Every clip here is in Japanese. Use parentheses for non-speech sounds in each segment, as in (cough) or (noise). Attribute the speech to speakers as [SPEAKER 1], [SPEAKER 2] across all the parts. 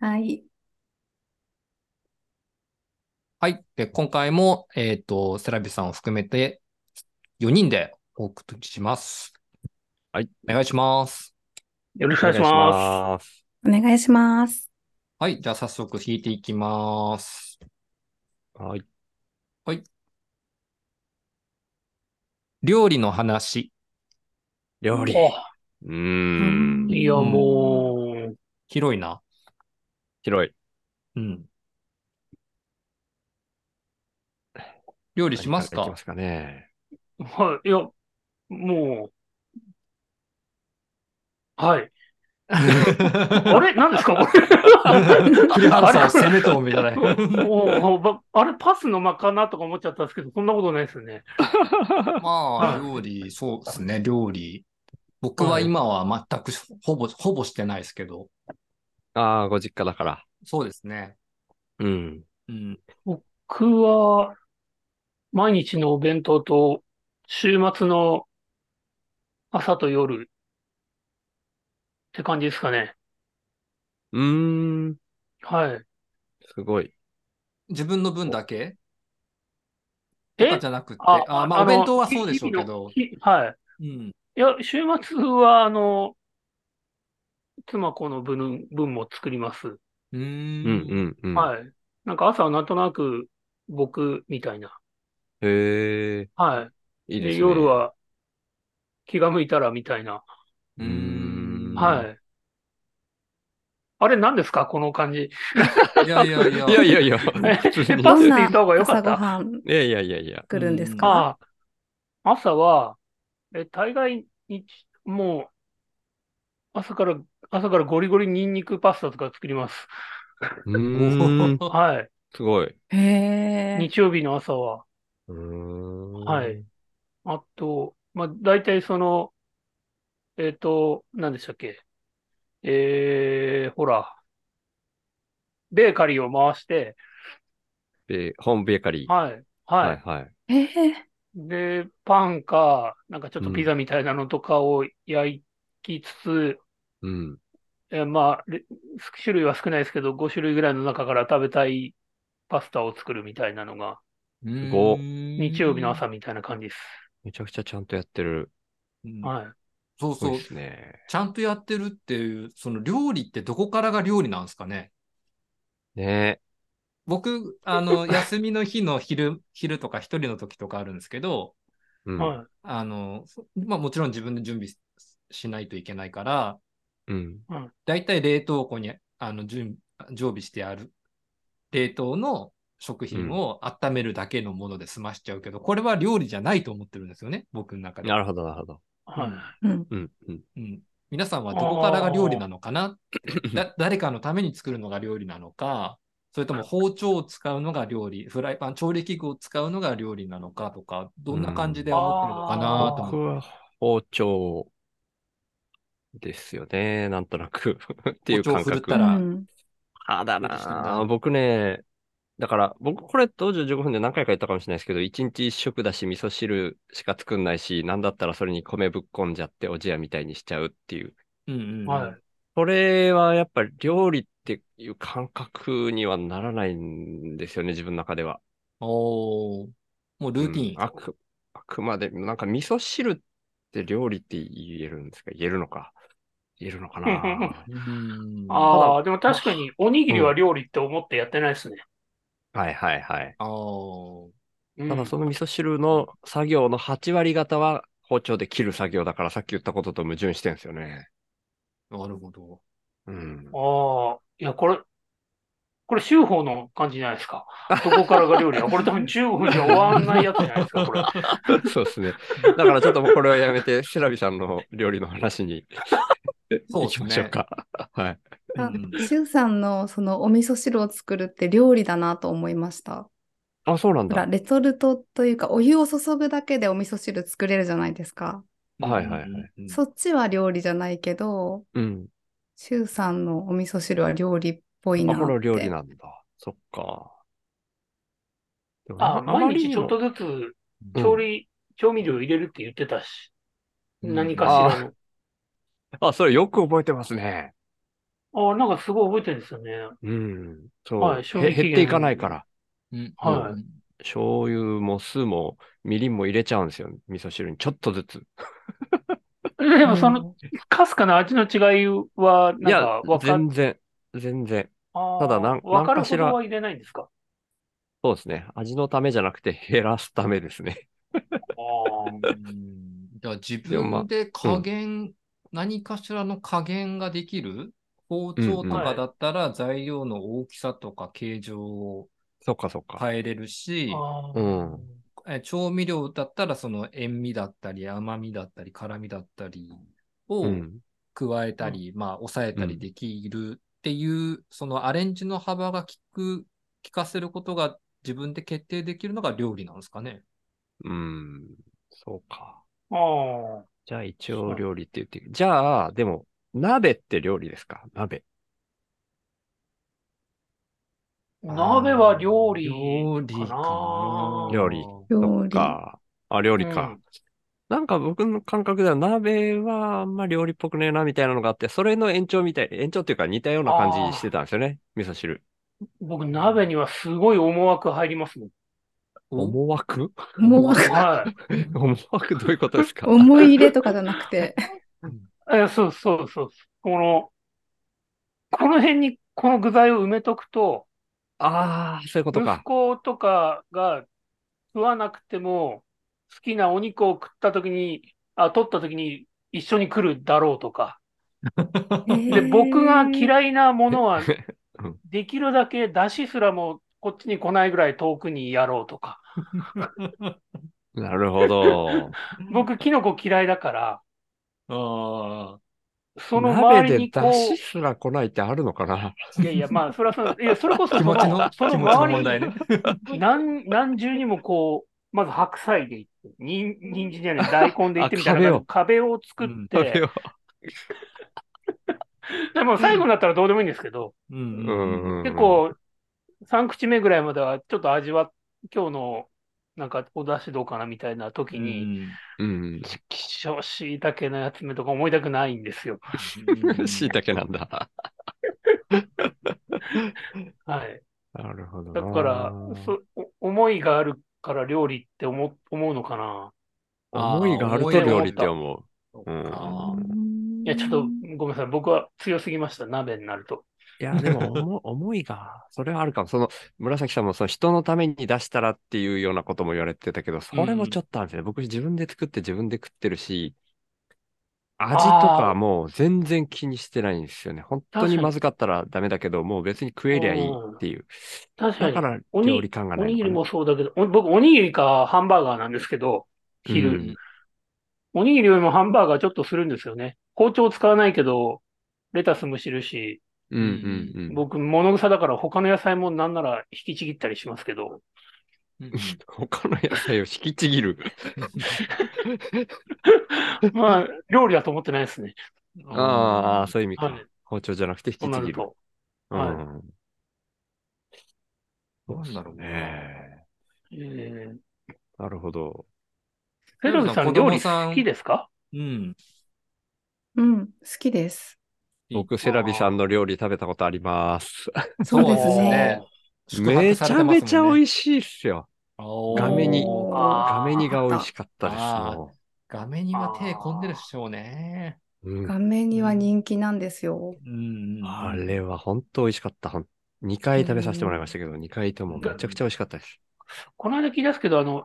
[SPEAKER 1] はい。
[SPEAKER 2] はい。で、今回も、えっと、セラビさんを含めて4人でお送りします。
[SPEAKER 3] はい。
[SPEAKER 2] お願いします。
[SPEAKER 3] よろしくお願いします。
[SPEAKER 1] お願いします。
[SPEAKER 2] はい。じゃあ、早速弾いていきます。
[SPEAKER 3] はい。
[SPEAKER 2] はい。料理の話。
[SPEAKER 3] 料理。う
[SPEAKER 1] うん
[SPEAKER 3] ん。
[SPEAKER 4] いや、もう、
[SPEAKER 2] 広いな。
[SPEAKER 3] 広い。
[SPEAKER 2] うん。料理します
[SPEAKER 3] 何
[SPEAKER 2] か
[SPEAKER 3] らいきますかね。
[SPEAKER 4] はい、いや、もう、はい。あれ (laughs) 何ですかこれ。
[SPEAKER 2] 栗原さん、攻めともみたい。
[SPEAKER 4] (laughs) おーばあれ、パスの間かなとか思っちゃったんですけど、そんなことないですね。
[SPEAKER 2] まあ、
[SPEAKER 4] はい
[SPEAKER 2] 料理、そうですね、料理。僕は今は全くほぼ、ほぼしてないですけど、
[SPEAKER 3] ああ、ご実家だから。
[SPEAKER 2] そうですね。
[SPEAKER 3] うん。
[SPEAKER 2] うん。
[SPEAKER 4] 僕は、毎日のお弁当と、週末の朝と夜って感じですかね。
[SPEAKER 3] うーん。
[SPEAKER 4] はい。
[SPEAKER 3] すごい。
[SPEAKER 2] 自分の分だけとか
[SPEAKER 4] え
[SPEAKER 2] じゃなくて、
[SPEAKER 4] あ
[SPEAKER 2] あまあ、
[SPEAKER 4] あ
[SPEAKER 2] お
[SPEAKER 4] の
[SPEAKER 2] 弁当はそうでしょうけど、
[SPEAKER 4] いは
[SPEAKER 2] う
[SPEAKER 4] い。
[SPEAKER 2] ん。
[SPEAKER 4] いや、週末は、あの、妻子の分、分も作ります。
[SPEAKER 2] う
[SPEAKER 3] うん
[SPEAKER 2] ん。
[SPEAKER 3] うんうん。
[SPEAKER 4] はい。なんか朝はなんとなく僕みたいな。
[SPEAKER 3] へえ、
[SPEAKER 4] はい
[SPEAKER 3] い
[SPEAKER 4] い。
[SPEAKER 3] ですね。
[SPEAKER 4] 夜。は気が向いたらみたいな。
[SPEAKER 3] う
[SPEAKER 2] う
[SPEAKER 3] ーん
[SPEAKER 2] ん。
[SPEAKER 4] は。い。あれ何ですかこの感じ。
[SPEAKER 2] いやいやいや。
[SPEAKER 3] いやいやいや、
[SPEAKER 4] え
[SPEAKER 3] 普通に。い
[SPEAKER 4] パ
[SPEAKER 1] ど
[SPEAKER 4] ス
[SPEAKER 1] ん
[SPEAKER 4] って言
[SPEAKER 1] な
[SPEAKER 4] った方が良か
[SPEAKER 1] 朝ご
[SPEAKER 4] った。
[SPEAKER 1] はん
[SPEAKER 3] やいやいやいや。
[SPEAKER 1] 来るんですか
[SPEAKER 4] ああ、朝は、え、大概に、もう朝から、朝からゴリゴリニンニクパスタとか作ります。
[SPEAKER 3] うーん。
[SPEAKER 4] はい。
[SPEAKER 3] すごい。
[SPEAKER 1] へえ。
[SPEAKER 4] 日曜日の朝は。
[SPEAKER 3] うーん。
[SPEAKER 4] はい。あと、まあ、大体その、えっと、何でしたっけ。えー、ほら、ベーカリーを回して、
[SPEAKER 3] で、ホームベーカリー。
[SPEAKER 4] はい、は
[SPEAKER 3] はい
[SPEAKER 4] い。
[SPEAKER 3] はい。
[SPEAKER 1] へえ。
[SPEAKER 4] で、パンか、なんかちょっとピザみたいなのとかを焼きつつ、
[SPEAKER 3] うん。
[SPEAKER 4] えーまあ、れ種類は少ないですけど、5種類ぐらいの中から食べたいパスタを作るみたいなのが、
[SPEAKER 3] ご
[SPEAKER 2] 日
[SPEAKER 4] 日曜日の朝みたいな感じです。
[SPEAKER 3] めちゃくちゃちゃんとやってる。
[SPEAKER 4] はい。
[SPEAKER 2] そう
[SPEAKER 3] すご
[SPEAKER 2] そ
[SPEAKER 3] いうで。すね。
[SPEAKER 2] ちゃんとやってるっていう、その料理ってどこからが料理なんですかね
[SPEAKER 3] ね
[SPEAKER 2] 僕、あ
[SPEAKER 4] (laughs)
[SPEAKER 2] の、休みの日の昼、昼とか一人の時とかあるんですけど、
[SPEAKER 3] え。うん。
[SPEAKER 4] はい。
[SPEAKER 2] あの、そまあもちろん自分で準備ししないといけないから、
[SPEAKER 3] うん。
[SPEAKER 2] だいたい冷凍庫に、あの、準常備してある冷凍の食品を温めるだけのもので済ましちゃうけど、これは料理じゃないと思ってるんですよね、僕の中で。
[SPEAKER 3] なるほど、なるほど。
[SPEAKER 4] はい。
[SPEAKER 1] うん。
[SPEAKER 3] うん。うん。
[SPEAKER 2] うん、皆さんはどこからが料理なのかなってだ誰かのために作るのが料理なのか、それとも包丁を使うのが料理、フライパン、調理器具を使うのが料理なのかとか、どんな感じで思ってるのかなと思って
[SPEAKER 3] 僕は包丁ですよね、なんとなく。 (laughs) っていう
[SPEAKER 2] 包丁
[SPEAKER 3] 感
[SPEAKER 2] 振るった
[SPEAKER 1] う
[SPEAKER 2] だ
[SPEAKER 3] 覚。
[SPEAKER 2] ら
[SPEAKER 1] ん。
[SPEAKER 3] あだ
[SPEAKER 2] どうでした
[SPEAKER 3] なあ僕ね、だから、僕これ当時15分で何回か言ったかもしれないですけど、1日1食だし、味噌汁しか作んないし、なんだったらそれに米ぶっこんじゃって、おじやみたいにしちゃうっていう。
[SPEAKER 2] うんうんうん
[SPEAKER 4] はい。
[SPEAKER 3] これはやっぱり料理っていう感覚にはならないんですよね、自分の中では。
[SPEAKER 2] おーもうルーティ
[SPEAKER 3] うんあ
[SPEAKER 2] ン。
[SPEAKER 3] く、あくまで、なんか味噌汁って料理って言えるんですか言えるのか言える
[SPEAKER 2] (laughs)
[SPEAKER 3] のかな
[SPEAKER 2] うん
[SPEAKER 4] ああ、でも確かに、おにぎりは料理って思ってやってないですね。
[SPEAKER 3] はいはいはい。
[SPEAKER 2] あー
[SPEAKER 4] うん
[SPEAKER 3] ただその味噌汁の作業の8割方は包丁で切る作業だからさっき言ったことと矛盾してんですよね。
[SPEAKER 2] なるほど。
[SPEAKER 3] うん。
[SPEAKER 4] ああ、いや、これ、これ、修法の感じじゃないですか。どこからが料理は。これ多分15分じゃ終わんないやつじゃないですか、これ。
[SPEAKER 3] (laughs) そうですね。だからちょっともうこれはやめて、セラビさんの料理の話に
[SPEAKER 2] そう
[SPEAKER 3] 行
[SPEAKER 2] です
[SPEAKER 3] き
[SPEAKER 2] ね
[SPEAKER 3] ましょうか。 (laughs) はい。
[SPEAKER 2] う
[SPEAKER 1] あ
[SPEAKER 2] ん、
[SPEAKER 1] しゅうさんのそのお味噌汁を作るって料理だなと思いました。
[SPEAKER 3] あ、そうなん
[SPEAKER 1] ほら、
[SPEAKER 3] だ。
[SPEAKER 1] レトルトというか、お湯を注ぐだけでお味噌汁作れるじゃないですか。
[SPEAKER 2] うん
[SPEAKER 3] はいはいはい
[SPEAKER 2] うん
[SPEAKER 1] そっちは料理じゃないけど、
[SPEAKER 3] うん。
[SPEAKER 1] しゅうさんのお味噌汁は料理っぽい
[SPEAKER 3] あ、
[SPEAKER 1] な
[SPEAKER 3] この料理
[SPEAKER 1] って。
[SPEAKER 3] なんだ。そっか。でも
[SPEAKER 4] あ
[SPEAKER 3] な
[SPEAKER 4] あ、
[SPEAKER 3] んかま
[SPEAKER 4] 毎
[SPEAKER 3] り
[SPEAKER 4] 日
[SPEAKER 3] に
[SPEAKER 4] ちょ
[SPEAKER 3] も
[SPEAKER 4] っとずつ
[SPEAKER 3] うん
[SPEAKER 4] 調理、調味料入れるって言ってたし、
[SPEAKER 2] うん
[SPEAKER 4] 何かしらの。
[SPEAKER 3] あ、それよく覚えてますね。
[SPEAKER 4] あ、なんかすごい覚えてるんですよね。
[SPEAKER 3] うん。そう。
[SPEAKER 4] はい
[SPEAKER 3] へ
[SPEAKER 4] 賞味期限
[SPEAKER 3] 減っていかないから。
[SPEAKER 2] うん
[SPEAKER 4] はい
[SPEAKER 2] うん
[SPEAKER 3] 醤油も酢もみりんも入れちゃうんですよ。味噌汁にちょっとずつ。
[SPEAKER 4] でもその、かすかな味の違いは、
[SPEAKER 3] い
[SPEAKER 4] なん
[SPEAKER 3] や
[SPEAKER 4] か、わ、か
[SPEAKER 3] 全然、全然。
[SPEAKER 4] た
[SPEAKER 3] ただなん
[SPEAKER 4] わ
[SPEAKER 3] なん
[SPEAKER 4] かる
[SPEAKER 3] かし
[SPEAKER 4] ほ
[SPEAKER 3] ら
[SPEAKER 4] どは入れないんですか
[SPEAKER 3] そうですね。味のためじゃなくて減らすためですね。 (laughs)
[SPEAKER 2] うんじゃあ自
[SPEAKER 3] でもまあ
[SPEAKER 2] 分で加減、何かしらの加減ができる包丁とかだったら材料の大きさとか形状を
[SPEAKER 3] そっかそっか。
[SPEAKER 2] 変えれるし、
[SPEAKER 4] あー
[SPEAKER 3] うん
[SPEAKER 2] え調味料だったらその塩味だったり甘みだったり辛みだったりを
[SPEAKER 3] うん。
[SPEAKER 2] 加えたり、まあ抑えたりできるっていう、そのアレンジの幅が効く、効かせることが自分で決定できるのが料理なんですかね。
[SPEAKER 3] うん。そうか。
[SPEAKER 4] あー
[SPEAKER 3] じゃあ一応料理って言っていいじゃあ、でも、鍋って料理ですか鍋。
[SPEAKER 4] 鍋は料理
[SPEAKER 2] 料理
[SPEAKER 4] かな
[SPEAKER 3] 料理
[SPEAKER 1] 料理。
[SPEAKER 3] か。あ、料理か。なんか僕の感覚では鍋はあんま料理っぽくねえなみたいなのがあって、それの延長みたい、延長っていうか似たような感じにしてたんですよね。味噌汁。
[SPEAKER 4] 僕、鍋にはすごい思惑入りますもん。
[SPEAKER 2] お
[SPEAKER 3] 思惑
[SPEAKER 1] 思わ
[SPEAKER 4] はい。
[SPEAKER 3] 思惑どういうことですか
[SPEAKER 1] 思い入れとかじゃなくて。
[SPEAKER 4] え、そうそうそう。この、この辺にこの具材を埋めとくと、
[SPEAKER 3] ああ、そういうこと
[SPEAKER 4] 息
[SPEAKER 3] か。
[SPEAKER 4] 子とかが食わなくても、好きなお肉を食った時に、あ、取った時に一緒に来るだろうとか。で、僕が
[SPEAKER 1] い。
[SPEAKER 4] 嫌いなものは
[SPEAKER 3] うん、
[SPEAKER 4] できるだけ出汁すらもこっちに来ないぐらい遠くにやろうとか。
[SPEAKER 3] なるほど。
[SPEAKER 4] 僕、キノコ嫌いだから、
[SPEAKER 2] あ
[SPEAKER 4] その
[SPEAKER 3] 鍋
[SPEAKER 4] 周
[SPEAKER 3] で
[SPEAKER 4] りにこ
[SPEAKER 3] 出汁すら来ないってあるのかない
[SPEAKER 4] や
[SPEAKER 2] (laughs)
[SPEAKER 4] いや、まあ、それはその、いや、それこそ
[SPEAKER 2] あ、気持ち (laughs) の、
[SPEAKER 4] その、
[SPEAKER 2] 気
[SPEAKER 4] そ
[SPEAKER 2] 持ち
[SPEAKER 4] の
[SPEAKER 2] の
[SPEAKER 4] 周り
[SPEAKER 2] 問題ね。
[SPEAKER 4] に何、何重にもこう、まず白菜でいって、にん、人参じゃない、大根でいってみたいな壁を作って、
[SPEAKER 3] それは
[SPEAKER 4] でも最後になったらどうでもいいんですけど、
[SPEAKER 2] う
[SPEAKER 3] うんんうんうん
[SPEAKER 4] 結、構、3口目ぐらいまではちょっと味は、今日の、なんかお出汁どうかなみたいな時に、
[SPEAKER 3] うん。
[SPEAKER 4] ちきしょうしいたけのやつめとか思いたくないんですよ。
[SPEAKER 3] (laughs) しいたけなんだ。
[SPEAKER 4] はい。
[SPEAKER 3] なるほどな。
[SPEAKER 4] だから、そ、お思いがあるから料理って思、思うのかな。
[SPEAKER 3] 思いがあると
[SPEAKER 4] 思いがある
[SPEAKER 3] 料理って思う。うん。
[SPEAKER 4] いや、ちょっとごめんなさい。僕は強すぎました。鍋になると。
[SPEAKER 3] いや、でも、思
[SPEAKER 4] (laughs)
[SPEAKER 3] 思いが、それはあるかも。その、紫さんも、その人のために出したらっていうようなことも言われてたけど、それもちょっとあるんですね。僕自分で作って自分で食ってるし、味とかもう全然気にしてないんですよね。本当にまずかったらダメだけど、もう別に食えりゃいいっていう。
[SPEAKER 4] 確か
[SPEAKER 3] だ
[SPEAKER 4] に
[SPEAKER 3] か、ら
[SPEAKER 4] おに
[SPEAKER 3] 料理感が
[SPEAKER 4] お
[SPEAKER 3] ないの
[SPEAKER 4] にぎ
[SPEAKER 3] か
[SPEAKER 4] り
[SPEAKER 3] な。
[SPEAKER 4] もそうだけど、お僕、おにぎりかハンバーガーなんですけど、昼。
[SPEAKER 3] うん
[SPEAKER 4] おにぎりよりもハンバーガーちょっとするんですよね。包丁使わないけど、レタスむしるし、
[SPEAKER 3] うんうんうん。
[SPEAKER 4] 僕、物臭だから他の野菜もなんなら引きちぎったりしますけど、
[SPEAKER 3] 他の野菜を引きちぎ
[SPEAKER 4] (laughs)
[SPEAKER 3] る。
[SPEAKER 4] まあ、料理だと思ってないですね。
[SPEAKER 3] ああ、そういう意味
[SPEAKER 4] は
[SPEAKER 3] か
[SPEAKER 4] い。。
[SPEAKER 3] 包丁じゃなくて
[SPEAKER 4] と
[SPEAKER 3] 引き
[SPEAKER 4] な
[SPEAKER 3] ち
[SPEAKER 4] る
[SPEAKER 3] ぎる。
[SPEAKER 4] と。はい
[SPEAKER 3] うん
[SPEAKER 2] なんだろうね。
[SPEAKER 3] ね
[SPEAKER 4] えー、
[SPEAKER 3] えなるほど。
[SPEAKER 4] ペロルさん、
[SPEAKER 2] ペロ
[SPEAKER 4] 料
[SPEAKER 2] ル
[SPEAKER 4] 理
[SPEAKER 2] さん
[SPEAKER 4] 好きですか
[SPEAKER 2] うん。
[SPEAKER 1] うん、好きです。
[SPEAKER 3] 僕、セラビさんの料理食べたことあります。
[SPEAKER 1] そうですね。
[SPEAKER 3] めちゃめちゃ美
[SPEAKER 2] しい。
[SPEAKER 3] 味しいっすよ。
[SPEAKER 2] おー
[SPEAKER 3] 画面に
[SPEAKER 1] お
[SPEAKER 4] あー
[SPEAKER 3] ガメ煮が美味しかったです
[SPEAKER 2] あー
[SPEAKER 3] も
[SPEAKER 2] 画面には手込んでるでしょうね。
[SPEAKER 3] う。うん
[SPEAKER 1] 画面には人気なんですよ。
[SPEAKER 2] うん。
[SPEAKER 3] あれは本当美味しかった。ほん2回食べさせてもらいましたけど、2回ともめちゃくちゃ美味しかったです。
[SPEAKER 4] この間聞いたんですけど、あの、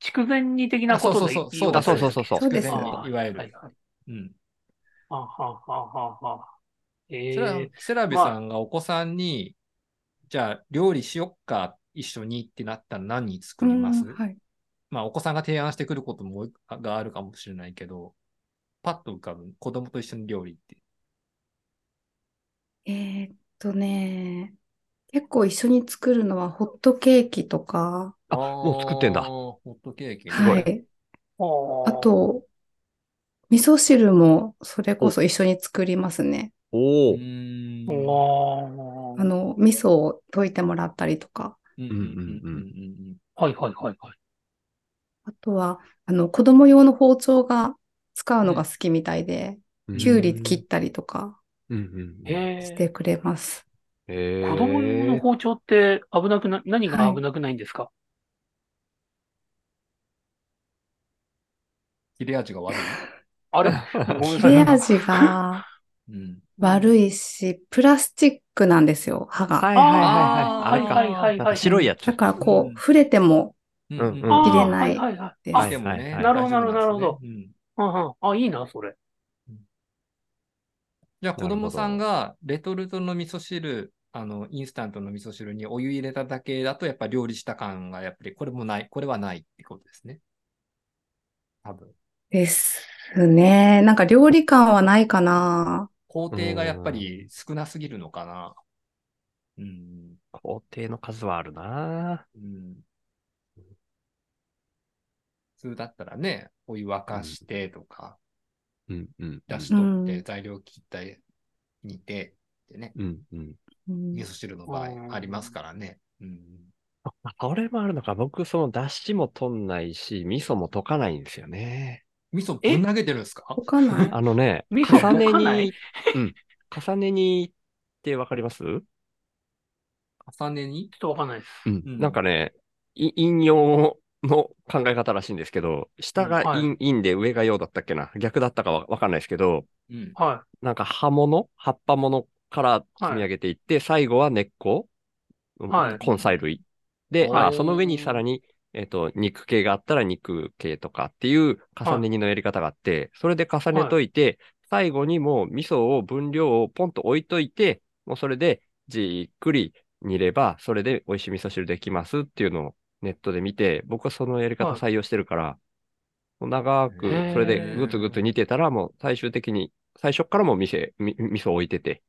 [SPEAKER 4] 筑前煮的な
[SPEAKER 2] あ
[SPEAKER 4] こ
[SPEAKER 2] そうそ
[SPEAKER 4] と
[SPEAKER 2] う
[SPEAKER 4] で
[SPEAKER 2] そう。
[SPEAKER 4] いい
[SPEAKER 3] だ
[SPEAKER 4] わ
[SPEAKER 3] そ
[SPEAKER 4] け
[SPEAKER 3] うそうそうそう
[SPEAKER 1] そうです
[SPEAKER 4] ね
[SPEAKER 2] いわゆ
[SPEAKER 4] はい
[SPEAKER 2] る。
[SPEAKER 4] はい。
[SPEAKER 2] うん。
[SPEAKER 4] はあはあはあはあ。え
[SPEAKER 2] それは
[SPEAKER 4] え
[SPEAKER 2] セラビさんがお子さんに、じゃあ料理しよっか、一緒にってなったら何作ります
[SPEAKER 1] うんはい。
[SPEAKER 2] まあ、お子さんが提案してくることもがあるかもしれないけど、パッと浮かぶ子供と一緒に料理って。
[SPEAKER 1] えーっとね、結構一緒に作るのはホットケーキとか、
[SPEAKER 3] あもう作ってんだ
[SPEAKER 2] あーホットケーキ。
[SPEAKER 1] は
[SPEAKER 3] ごい
[SPEAKER 1] い。
[SPEAKER 4] は
[SPEAKER 1] あと、味噌汁もそれこそ一緒に作りますね。
[SPEAKER 3] お
[SPEAKER 2] うー
[SPEAKER 3] お。
[SPEAKER 2] ん
[SPEAKER 4] あ、
[SPEAKER 1] あの、味噌を溶いてもらったりとか。
[SPEAKER 2] うんうんうんうん
[SPEAKER 4] はいはいはいはい。
[SPEAKER 1] あとは、あの、子供用の包丁が使うのが好きみたいで、
[SPEAKER 3] うん
[SPEAKER 1] きゅうり切ったりとか。
[SPEAKER 3] うんうん。
[SPEAKER 4] へ
[SPEAKER 1] し
[SPEAKER 4] え。
[SPEAKER 1] てくれます。
[SPEAKER 3] え
[SPEAKER 4] 子供用の包丁って危なくな、何が危なくないんですか
[SPEAKER 2] 切れ味が悪い。
[SPEAKER 3] (laughs)
[SPEAKER 4] あれごめんな
[SPEAKER 1] 切れ。味
[SPEAKER 4] さい
[SPEAKER 1] が
[SPEAKER 2] うん。
[SPEAKER 1] 悪いし、プラスチックなんですよ、歯が。
[SPEAKER 3] はいはい
[SPEAKER 4] あ
[SPEAKER 3] は
[SPEAKER 4] ー
[SPEAKER 3] いはい。あ
[SPEAKER 4] は
[SPEAKER 3] れ
[SPEAKER 4] い
[SPEAKER 3] か。
[SPEAKER 4] はいはい
[SPEAKER 3] なん
[SPEAKER 4] は
[SPEAKER 3] か
[SPEAKER 4] い。
[SPEAKER 3] 白いやつ。
[SPEAKER 1] だから
[SPEAKER 2] う
[SPEAKER 1] こ
[SPEAKER 2] ん
[SPEAKER 1] う、触れても
[SPEAKER 2] うん
[SPEAKER 3] うん
[SPEAKER 2] うん
[SPEAKER 3] あー
[SPEAKER 1] 入れない
[SPEAKER 4] はいはいはい。
[SPEAKER 1] です。
[SPEAKER 2] でもね、
[SPEAKER 3] あ
[SPEAKER 4] なるほど
[SPEAKER 2] 大丈夫んですね
[SPEAKER 4] なるほど
[SPEAKER 2] うん
[SPEAKER 4] うんうんあ、いいな、それ。
[SPEAKER 2] じゃあ子
[SPEAKER 3] なるほど
[SPEAKER 2] 供さんがレトルトの味噌汁、あの、インスタントの味噌汁にお湯入れただけだと、やっぱ料理した感がやっぱりこれもない、これはないってことですね。多分。
[SPEAKER 1] ですね。なんか料理感はないかな。
[SPEAKER 2] 工程がやっぱり少なすぎるのかな。うん。
[SPEAKER 3] 工程の数はあるな
[SPEAKER 2] うん。普通だったらね、お湯沸かしてとか、
[SPEAKER 3] うんうん。
[SPEAKER 2] 出汁取って材料切ったり煮てってね、
[SPEAKER 3] うんうん。
[SPEAKER 1] うん
[SPEAKER 2] 味噌汁の場
[SPEAKER 4] うん
[SPEAKER 2] 合ありますからね。うん。
[SPEAKER 3] あれもあるのか。僕、その出汁も取んないし、味噌も溶かないんですよね。
[SPEAKER 2] 味噌ぶん投げてるんですか
[SPEAKER 1] わかんない。
[SPEAKER 3] あのね、
[SPEAKER 4] 味噌
[SPEAKER 3] 重ね
[SPEAKER 4] 溶かない
[SPEAKER 3] に、うん。重ねにってわかります
[SPEAKER 2] 重ねに
[SPEAKER 4] ちょっとわかんないです。
[SPEAKER 2] うん
[SPEAKER 3] なんかね、い陰陽の (laughs) 考え方らしいんですけど、下が陰,、
[SPEAKER 4] うん
[SPEAKER 3] 陰で上が陽だったっけな逆だったかはわかんないですけど、
[SPEAKER 2] うん。
[SPEAKER 4] は
[SPEAKER 3] なんか葉物葉っぱ物から積み上げていって、最後は根っこ、
[SPEAKER 4] はい
[SPEAKER 3] 根菜類。で、
[SPEAKER 2] おー
[SPEAKER 3] あその上にさらに、えっと、肉系があったら肉系とかっていう重ね煮のやり方があって、それで重ねといて、最後にもう味噌を分量をポンと置いといて、もうそれでじっくり煮れば、それで美味しい味噌汁できますっていうのをネットで見て、僕はそのやり方
[SPEAKER 4] はい
[SPEAKER 3] 採用してるから、もう長く、
[SPEAKER 2] へー
[SPEAKER 3] それでぐつぐつ煮てたら、もう最終的に、最初からもう店、み味噌置いてて、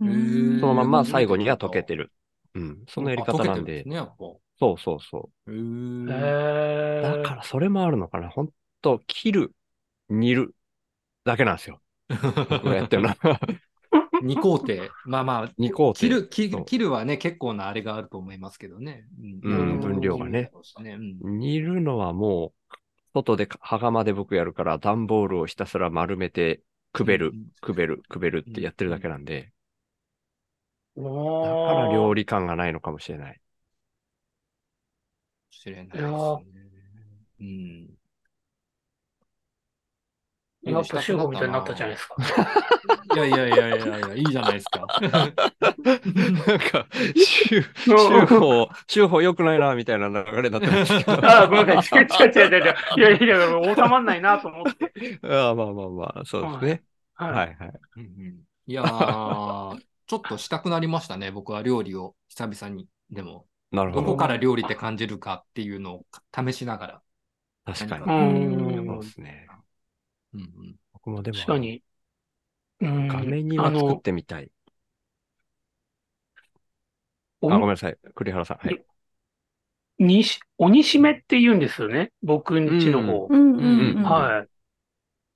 [SPEAKER 1] うん
[SPEAKER 3] そのまんま
[SPEAKER 2] 最
[SPEAKER 3] 最
[SPEAKER 2] 後
[SPEAKER 3] 後
[SPEAKER 2] に
[SPEAKER 3] に
[SPEAKER 2] は
[SPEAKER 3] は
[SPEAKER 2] 溶
[SPEAKER 3] 溶
[SPEAKER 2] け
[SPEAKER 3] け
[SPEAKER 2] て
[SPEAKER 3] てる。うん、そのやり方なんで、
[SPEAKER 2] ね、やっぱ。
[SPEAKER 3] そうそうそう
[SPEAKER 2] ー
[SPEAKER 4] い。へ
[SPEAKER 2] ん。
[SPEAKER 3] う。
[SPEAKER 4] え。
[SPEAKER 3] だからそれもあるのかな。ほんと、切る、煮る、だけなんですよ。僕がやってるのは。
[SPEAKER 2] 二工程。まあまあ、
[SPEAKER 3] 二工程
[SPEAKER 2] 切る、切
[SPEAKER 3] そ
[SPEAKER 2] る
[SPEAKER 3] う
[SPEAKER 2] 切るはね、結構なあれがあると思いますけどね。う
[SPEAKER 4] うん分量
[SPEAKER 3] が
[SPEAKER 2] い
[SPEAKER 3] ね。
[SPEAKER 2] ろいろうん
[SPEAKER 3] 煮るのはもう、外でか、羽釜で僕やるから、段ボールをひたすら丸めて、くべる、くべる、くべるってやってるだけなんで、だか
[SPEAKER 4] おー
[SPEAKER 3] ら料理感がないのかもしれない。
[SPEAKER 2] 知れないですね。うん。
[SPEAKER 4] やっぱ集合みたいになったじゃないですか。
[SPEAKER 2] いやいやいやいやいや、いいじゃないですか。
[SPEAKER 3] なんか、週、 (laughs)
[SPEAKER 4] (laughs)
[SPEAKER 3] 週報、週報良くないな、みたいな流れだったんですけど。
[SPEAKER 4] あーごめんなさい。違う違う違う違う。いやいやいや、収まんないなと思って。
[SPEAKER 3] ああまあまあまあ、そうですね。はい
[SPEAKER 4] は。
[SPEAKER 3] はいい。
[SPEAKER 2] うんうんいやー、ちょっとしたくなりましたね、僕は料理を久々に。でも、
[SPEAKER 3] なるほ
[SPEAKER 2] どこ
[SPEAKER 3] ど。
[SPEAKER 2] から料理って感じるかっていうのを試しながら。
[SPEAKER 3] 確かに。
[SPEAKER 4] う
[SPEAKER 2] 何
[SPEAKER 3] そうで
[SPEAKER 4] ーん。
[SPEAKER 3] すね。
[SPEAKER 2] うんうん
[SPEAKER 3] 僕もでも、
[SPEAKER 4] 確かに。うん。
[SPEAKER 3] 画面に
[SPEAKER 4] あ
[SPEAKER 3] は作っ
[SPEAKER 4] の、
[SPEAKER 3] てみたい。あ、
[SPEAKER 4] お
[SPEAKER 3] ごめんなさい。栗原さん。はい。
[SPEAKER 4] にし、鬼しめって言うんですよね。僕んちの方
[SPEAKER 1] う。んうん
[SPEAKER 3] うん
[SPEAKER 1] うん。
[SPEAKER 4] はい。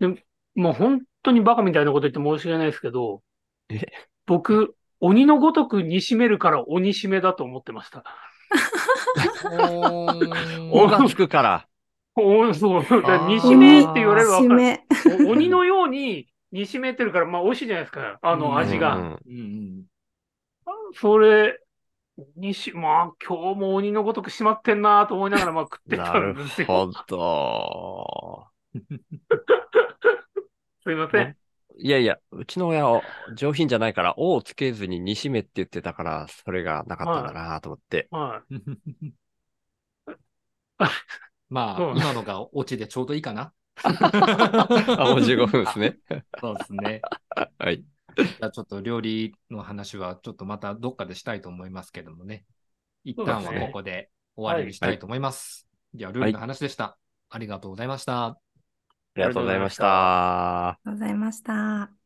[SPEAKER 4] で、もう本当にバカみたいなこと言って申し訳ないですけど
[SPEAKER 3] え、
[SPEAKER 4] 僕、鬼のごとく煮しめるから鬼しめだと思ってました。 (laughs)
[SPEAKER 3] お
[SPEAKER 2] お
[SPEAKER 3] がつくから。
[SPEAKER 4] おそう。だから
[SPEAKER 2] あー
[SPEAKER 4] 煮しめって言われればわか
[SPEAKER 1] 締
[SPEAKER 4] る。
[SPEAKER 1] め。
[SPEAKER 4] お鬼のように煮しめてるから、まあ美味しいじゃないですか。あ
[SPEAKER 2] うん
[SPEAKER 4] の味が。
[SPEAKER 3] うん
[SPEAKER 2] うんうん
[SPEAKER 4] それ、にし、まあ、今日も鬼のごとくしまってんなと思いながら、まあ、食って
[SPEAKER 3] な
[SPEAKER 4] た
[SPEAKER 3] る
[SPEAKER 4] んですよ。
[SPEAKER 3] ほど。
[SPEAKER 4] すいません。
[SPEAKER 3] いやいや、うちの親は上品じゃないから、おをつけずに煮しめって言ってたから、それがなかったんだなと思って。
[SPEAKER 4] は
[SPEAKER 2] (laughs) ま
[SPEAKER 4] そ
[SPEAKER 2] あ
[SPEAKER 4] う、
[SPEAKER 2] 今のがオチでちょうどいいかな。
[SPEAKER 3] あ、もう15分ですね。
[SPEAKER 2] (laughs) そうですね。
[SPEAKER 3] はい。
[SPEAKER 2] じゃあちょっと料理の話はちょっとまたどっかでしたいと思いますけどもね。一旦はここで終わりにしたいと思います。では、料理の話でした。ありがとうございました。
[SPEAKER 3] ありがとうございました。
[SPEAKER 1] ありがとうございました。